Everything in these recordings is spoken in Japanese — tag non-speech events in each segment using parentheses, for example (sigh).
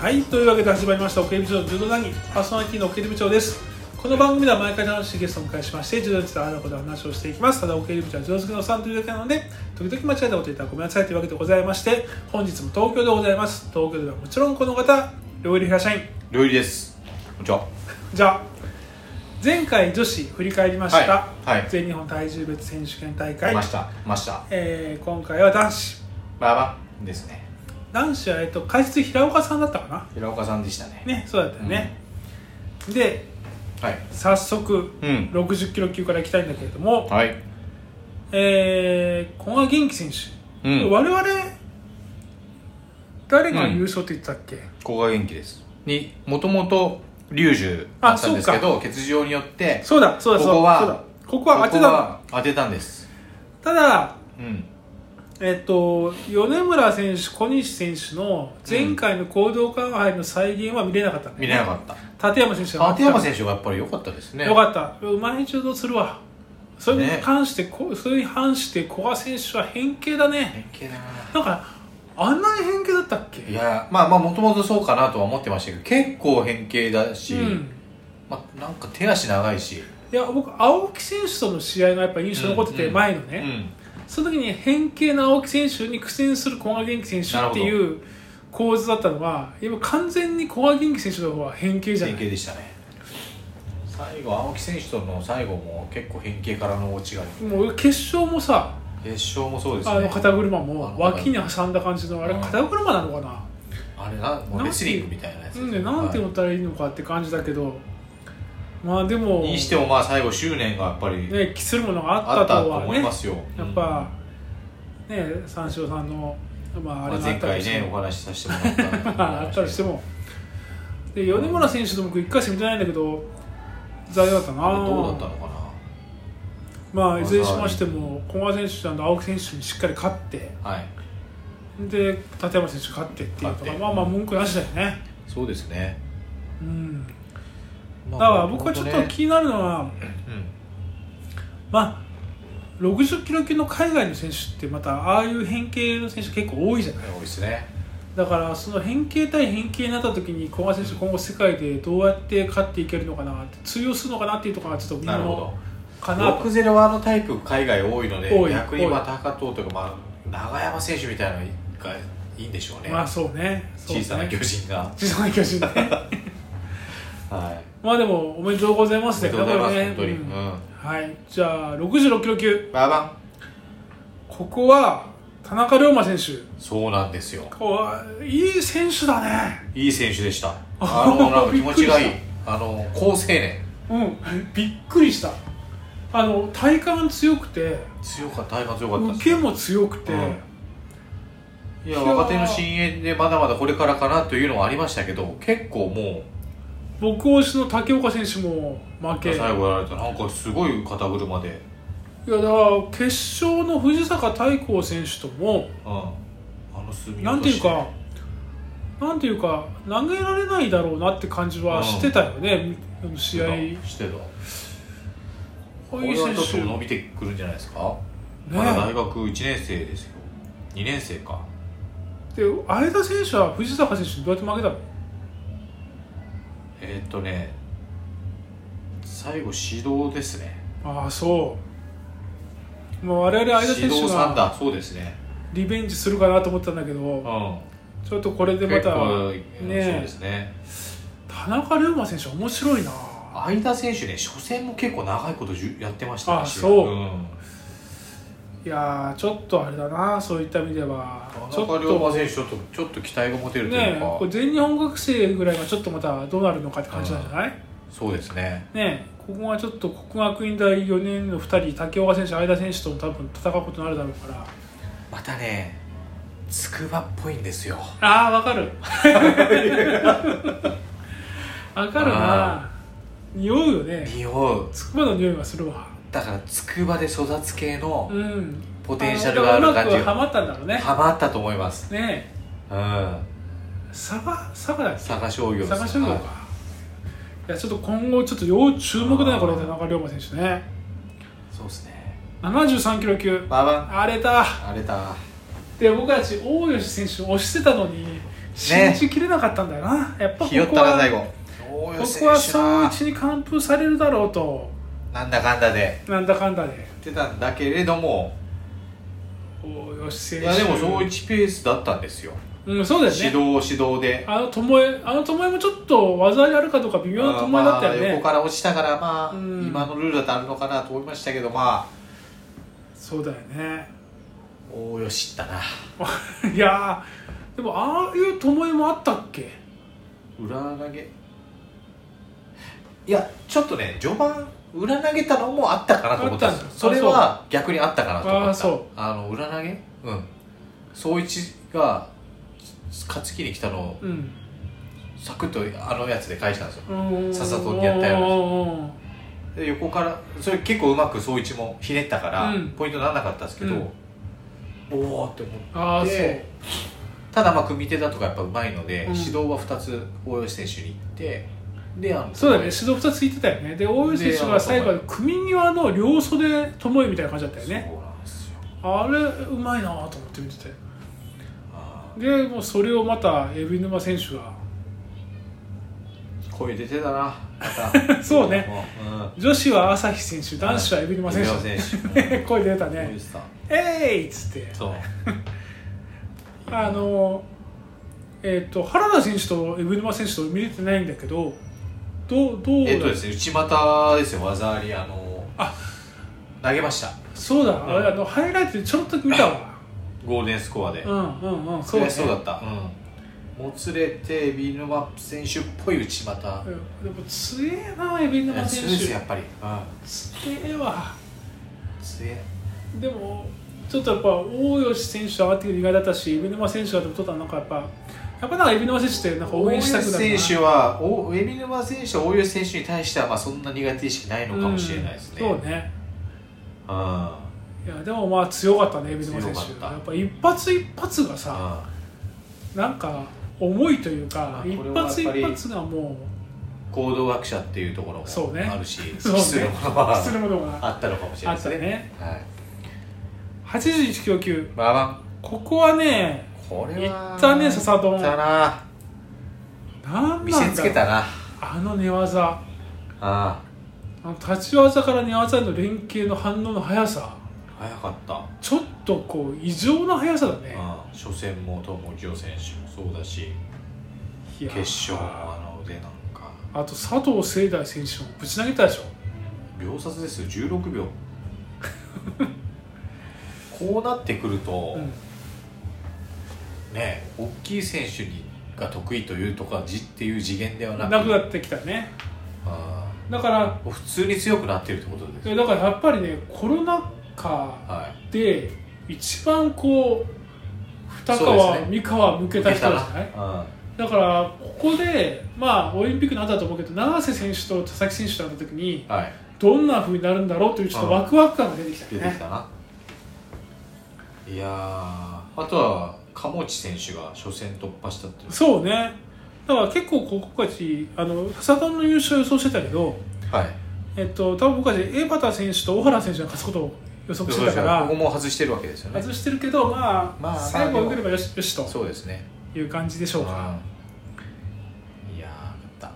はい、というわけで始まりました、奥入部長の柔道談義、パーソナリティの奥入部長です。この番組では毎回楽しいゲストをお迎えしまして、柔道についてあらこと話をしていきます。ただ、奥入部長は柔道好きのおっさんというだけなので、時々間違えたこと言ったらごめんなさいというわけでございまして、本日も東京でございます。東京ではもちろんこの方、料理平社員。料理ですこんにちはじゃあ、前回女子振り返りました、はいはい全日本体重別選手権大来会ま、した来ましたえー今回は男子。バーバンですね男子は、えっと、解説平岡さんだったかな平岡さんでしたねね、そうだったよね。で、はい早速、うん60キロ級からいきたいんだけれども、はいえー、古賀元気選手、うん我々誰が優勝って言ってたっけ、古賀元気ですにもともと龍樹だったんですけど欠場によってそうだそうだそうだここはそうだここは当てこたこのは当てたんですただうんえっと米村選手小西選手の前回の行動感杯の再現は見れなかった、ね見れなかったた立山選手が立山選手がやっぱり良かったですねよかったうまい柔道するわそれにね関して、こそれに反して古賀選手は変形だね変形だななんかあんなに変形だったっけいやまあまあもともとそうかなとは思ってましたけど結構変形だし、うん、まあ、なんか手足長いしいや僕青木選手との試合がやっぱ印象に残ってて、うん前のうね、んその時に変形の青木選手に苦戦する古賀元気選手っていう構図だったのが今完全に古賀元気選手の方は変形じゃ変な形いでしたね最後青木選手との最後も結構変形からの落ちがもう決勝もさ、決勝もそうですねあの肩車あもの脇に挟んだ感じのあれうん肩車なのかな、あれなもうレスリングみたいなやつうんね、なんては言ったらいいのかって感じだけどまあでもいにしてもまあ最後執念がやっぱりね、期するものがああっったたととは思ねいますよ、やっぱ、ね三四郎さんの、まあ、あうれがあん前った回りしてねお話しさせてもらっ (laughs) たまああったとしてももで米村選手と僕一回しか見てないんだけど残念だったなあれどうだったのかまあいずれにしましても古賀選手と青木選手にしっかり勝ってなはいで立山選手勝ってっていうと勝かってまあまあ文句なしだよねそうですねうんまだあから僕はちょっ本と当ね気になるのは、うんまあ60キロ級の海外の選手ってまたああいう変形の選手結構多いじゃない多いですねだからその変形対変形になった時に古賀選手今後世界でどうやって勝っていけるのかなって通用するのかなっていうところがちょっと見なるほもどかなと60はあのタイプ海外多いの多でい逆にまあ高藤とか、まあ、長山選手みたいなのがいいんでしょうね,、まあそうねそう小ねさな巨人が、小さな巨人ねはい、まあでもおめでとうございまおすめねでとうございます、だ本当からに、ねうんうんはいじゃあ66キロ級ババンここは田中龍馬選手そうなんですよこういい選手だねいい選手でしたあ (laughs) のなんか気持ちがいいびっくりあの好青年うんびっくりしたあの体幹強くて強かった体感強かった受ですけも強くて、うんいや若手の新鋭でまだまだこれからかなというのはありましたけど結構も僕推しの竹岡選手も負うけ最後やられたなんかすごい肩車で、いやだから決勝の藤坂大光選手ともうん、あの隅なんていうかなんていうか投げられないだろうなって感じはしてたよね、あの試合してたここうれいうはちょっと選手伸びてくるんじゃないですか、えまだ大学1年生ですよ2年生かで相田選手は藤坂選手にどうやって負けたのえーっとね最後指導ですねああそうもう我々相田指選手導さんがだそうですねリベンジするかなと思ったんだけうんどちょっとこれでま結た構、そうねですね田中龍馬選手面白いな相田選手ね初戦も結構長いことじゅやってましたねあそううんいやーちょっとあれだなそういった意味ではち田ょっ中龍と馬選手ちょっとちょっと期待が持てるというねえか、これ全日本学生ぐらいがちょっとまたどうなるのかって感じなんじゃない、ねそうですねえここはちょっと国学院大4年の2人竹岡選手相田選手とも多分戦うことになるだろうからまたねつくばっぽいんですよああわかる (laughs) わかるなあ匂うよね日本つくばの匂いがするわだからつくばで育つ系のうんポテンシャルがある感じうまくはがまったんだろうねハマったと思いますねえうん佐賀佐賀だっけ佐賀商業です佐賀商業か、、はいやちょっと今後ちょっと要注目だねこれあー田中龍馬選手ねそうですね73キロ級ババンあれだあれだで僕たち大吉選手を推してたのに信じきれなかったんだよな、やっぱこひよっこたな最は後こここはそうちに完封されるだろうとなんだかんだでなんだかんだで言ってたんだけれども大吉選い手やでもそう一ペースだったんですようん、そうだよね指導指導であの巴あの巴もちょっと技ありあるかどうか微妙なあー巴だったよまあね、横から落ちたからまあうん今のルールだとあるのかなと思いましたけどまあそうだよね (laughs) おおよしったないやーでもああいう巴もあったっけ裏投げいやちょっとね序盤裏投げたのもあったかなと思ったんですあよったそれは逆にあったかなと思ったあそうあの裏投げうん総一が勝つ気に来たのをうんサクッとあのやつで返したんですよささっさとやったようなよで横からそれ結構うまく総一もひねったから、うんポイントにならなかったんですけど、うんおおって思ってああそうでただまあ組み手だとかやっぱうまいので、うん指導は2つ大吉選手に行ってであのそうだよね指導2ついてたよねで大吉選手が最後は組際の両袖巴みたいな感じだったよねそうなんですよあれうまいなと思って見ててあでもうそれをまた海老沼選手がー声出てたなま (laughs) たそうねうんうん女子は朝日選手男子は海老沼選海老沼手 (laughs) 選声出た手うんね声出てた「えい!」っつってそうあのえっ、と原田選手と海老沼選手と見れてないんだけどどうどうえっとですね内股ですよ技ありあのあ投げましたそうだあれあのハイライトでちょろっと見たわゴールデンスコアで、うんうんうんそそううだだ,、ね、そうだった、うん、もつれてビルマ選手っぽい内股うんでも強えな海老沼選強いですよや手っぱり、うん、強えわ強いでもちょっとやっぱ大吉選手上がってくる意外だったし海老沼選手がでも取ったらなんかやっぱやっぱなんか海老沼選手ってなんか応援したくなる大吉選手はお海老沼選手は大吉選手に対してはまあそんな苦手意識ないのかもしれないですね、うんうんそうねいやでもまあ強かったね海老沼選強手かったやっぱ一発一発がさ、なんか重いというかあ一これはやっぱ発り一発がもうん行動学者っていうところもそうねあるし、そう失ねするものうはするものがあったのかもしれあないっでたすねねはい81キロ級まあまここはねあこれはいったね笹い丼ったな何なんだ見せつけたなあの寝技ああの立ち技から寝技への連携の反応の速さあ早かったちょっとこう異常な速さだねうん初戦も友清選手もそうだしいや決勝もあの腕なんかあと佐藤聖大選手もぶち投げたでしょ秒殺ですよ16秒 (laughs) こうなってくると、うんね大きい選手にが得意というとかじっていう次元ではなくなくなってきたねあだからー普通に強くなってるってことですいやだからやっぱりねコロナ禍はいで一番こう二そう川、ですね三河向けた人じゃなないだからここでまあオリンピックの後だと思うけど永瀬選手と佐々木選手と会った時にうんはいどんなふうになるんだろうというちょっとワクワク感が出てきた出よてきねたな、いやーあとは鴨地選手が初戦突破したっていうそうねだから結構ここたちあの笹田の優勝予想してたけどはいえっと多分僕たち江端選手と小原選手が勝つことを予測してたかここらも外してるわけですよね外してるけどまあ、まあ最後受ければよしよしとそうですねいう感じでしょうかうんいやー勝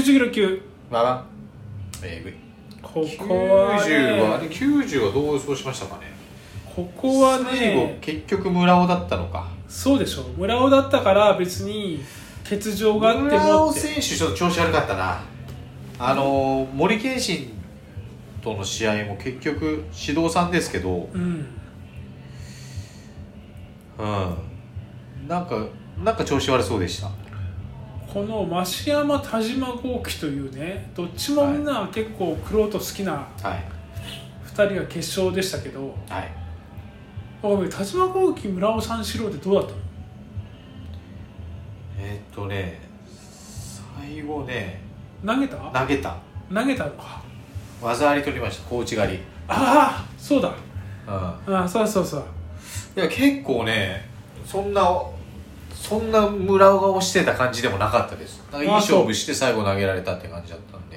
っ90キロ級たわわえぐいこ90こは、ね、はね90はどう予想しましたかねここは最後ね結局村尾だったのかそうでしょ村尾だったから別に欠場があって村も尾って選手ちょっと調子悪かったなあのー森健信との試合も結局指導さんですけどうんうんなんかなんか調子悪そうでしたこの増山田島豪輝というねどっちもみんな結構クロート好きなはい2人が決勝でしたけど、はいおい田島豪輝村尾三四郎ってどうだったのえーっとね最後ね投げた投げた投げたのか技あり取りました小内刈りああそうだうんああそうそうそういや結構ねそんなそんな村尾が押してた感じでもなかったですなんかいいあそう勝負して最後投げられたって感じだったんで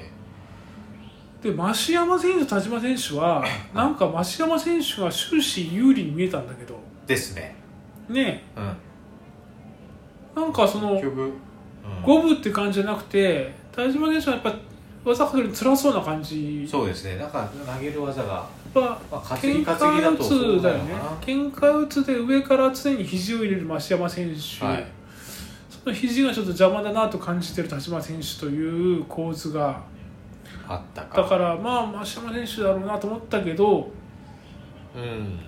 で増山選手と田島選手はなんか増山選手が終始有利に見えたんだけどですねねうんえなんかその結局、うん五分って感じじゃなくて田島選手はやっぱ技かけるの辛そうな感じそうですねなんか投げる技が、やっまあ、ぱ担ぎ喧担ぎだ嘩と打そうつなだよのかねな喧嘩打つで上から常に肘を入れる増山選手、はいその肘がちょっと邪魔だなと感じてる田島選手という構図があったかだからまあ増山選手だろうなと思ったけどうん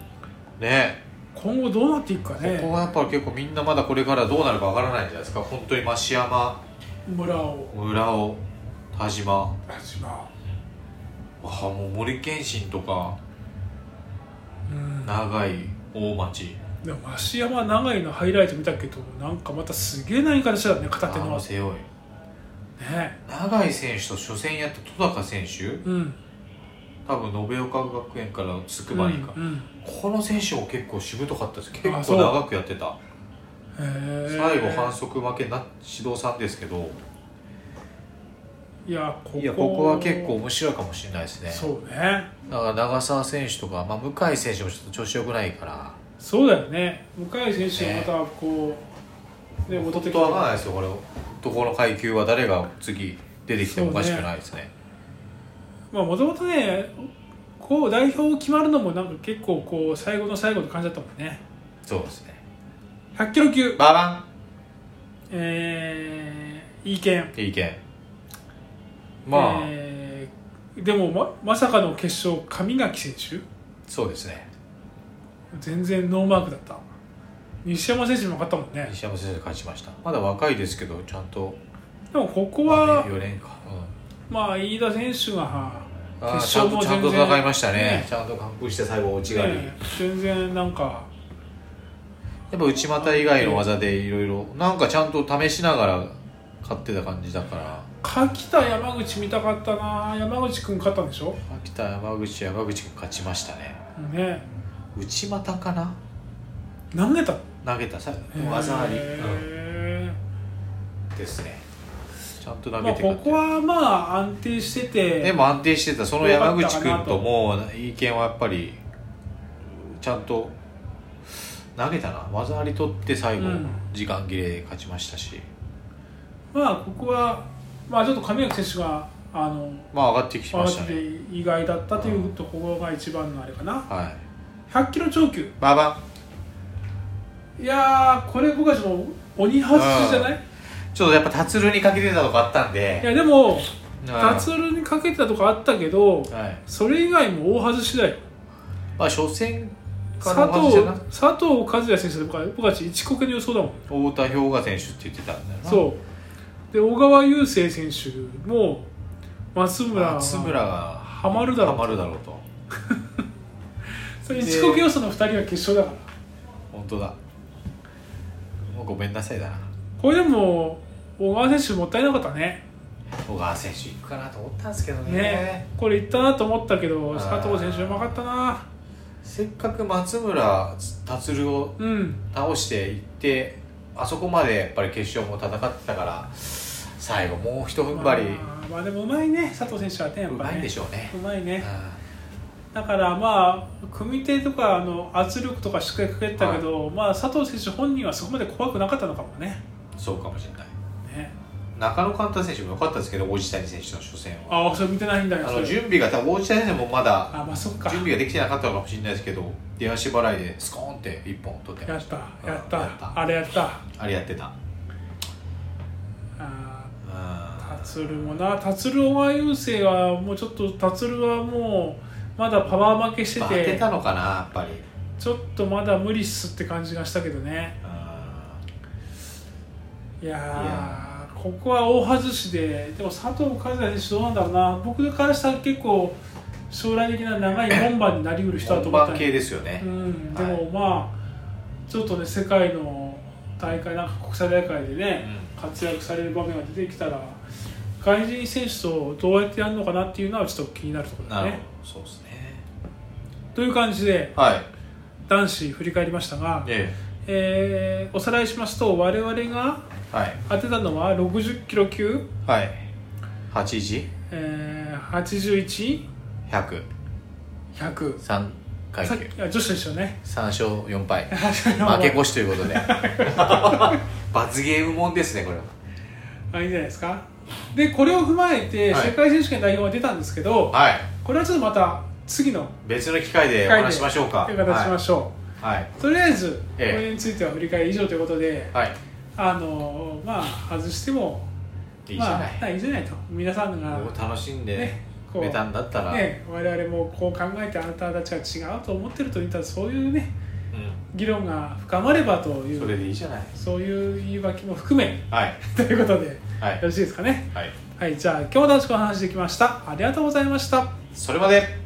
ね今後どうなっていくかここねはやっぱ結構みんなまだこれからどうなるかわからないじゃないですか本当に増山村を村尾田島田島ああもう森健信とかうん長井大町でも増山長井のハイライト見たけどなんかまたすげえ何かでしたね片手あののね背負い長井選手と初戦やった戸高選手うん多分延岡学園からつくばにか、うんうんこの選手も結構しぶとかったです結あ構そう長くやってたへー最後反則負けな指導さんですけどいやここいやここは結構面白いかもしれないですねそうねだから長澤選手とか、まあ、向井選手もちょっと調子良くないからそうだよね向井選手がまたこう、ね、戻って本きて当は分からないですよこれどこの階級は誰が次出てきてもおかしくないですねまあもともとねこう代表決まるのもなんか結構こう最後の最後の感じだったもんねそうですね100キロ級ババえー、いい剣ンいい意見まあ、えーでもままさかの決勝上垣選手そうですね全然ノーマークだった西山選手にも勝ったもんね西山先生勝ちましたまだ若いですけどちゃんとでもここは4年か、うんまあ飯田選手があー決ちゃ勝んともちゃ全んと然戦いましたねねちゃんと完封して最後落ちがり、ね全然なんかやっぱ内股以外の技でいろいろなんかちゃんと試しながら勝ってた感じだから柿田山口見たかったな山口君勝ったんでしょ秋田山口山口君勝ちましたねね内股かな投げた投げたさ技あり、へうんですねちゃんとー投まげあて勝こってこはまあ安定しててでも安定してたその山口君とも意見はやっぱりちゃんと投げたな技あり取って最後うん時間切れで勝ちましたし、まあここはまあちょっと上垣選手があのまあ上がってき上まがしったてね意外だったというところが一番のあれかなはい100キロ超級ババンいやーこれ僕たちも鬼外しじゃないちょっとやっぱ達郎にかけてたとこあったんいでやでも郎達郎にかけてたとこあったけどはいそれ以外も大外しだよまあ初戦から佐の話じ藤ゃなくて佐藤和也選手で僕は僕たち一国の予想だもん太田氷河選手って言ってたんだよなそうで小川雄生選手も松村松村がハマるだろうとハマるだろうとそれ一国予想の2人は決勝だから本当だもうごめんなさいだなこれでも小川選手もったいなかったね小川選手行くかなと思ったんですけどねねこれいったなと思ったけどあー佐藤選手うまかったなせっかく松村達郎をうん倒していってあそこまでやっぱり決勝も戦ってたから最後もう一踏ん張りまあ、まあでもうまいね佐藤選手はねやっうぱまねいんでしょうねうまいねあだからまあ組手とかあの圧力とかしっかりかけてたけど、まあ佐藤選手本人はそこまで怖くなかったのかもねーそうかもしれないね中野寛太選手も良かったですけど王子谷選手の初戦はああそれ見てないんだよあそのれ準備が多分王子谷選手もまだあまあそっか準備ができてなかったのかもしれないですけど出足払いでスコーンって一本取ってやっましたうんやったやったあれやったあれやってたあーうん達郎もな達郎は優勢はもうちょっと達郎はもうまだパワー負けしてまあ当ててたのかなやっぱりちょっとまだ無理っすって感じがしたけどねうんいやーいやここは大外しででも佐藤和也選手どうなんだろうな僕からしたら結構将来的な長い門番になりうる人だと本思っ番たん系やですよね、うんではいもまあちょっとね世界の大会なんか国際大会でね、活躍される場面が出てきたら外人選手とどうやってやるのかなっていうのはちょっと気になるところなだるほね。どそうですねという感じではい男子振り返りましたが、ええーおさらいしますと我々がえはい当てたのは60キロ級、はい8えー、 1 81100 3階さっ級きあ女子でしたよね (laughs) 3勝4敗負け越しということで罰ゲームもんですねこれはあいいんじゃないですかでこれを踏まえてはい世界選手権代表が出たんですけど、はいこれはちょっとまた次の別の機会でお話しましょうかという形しましょう、はいはい、とりあえずこええれについては振り返り以上ということで、はい、あのまあ外してもいいじゃない、まあ、いいじゃないと皆さんがもう楽しんで、ねこうベタんだったら、ね、我々もこう考えてあなたたちが違うと思ってると言ったらそういうね議論が深まればとういん、それうでいいじゃないそういう言い訳も含めはいということでよはいろしいですかねはいはいじゃあ今日も楽しくお話できましたありがとうございましたそれまで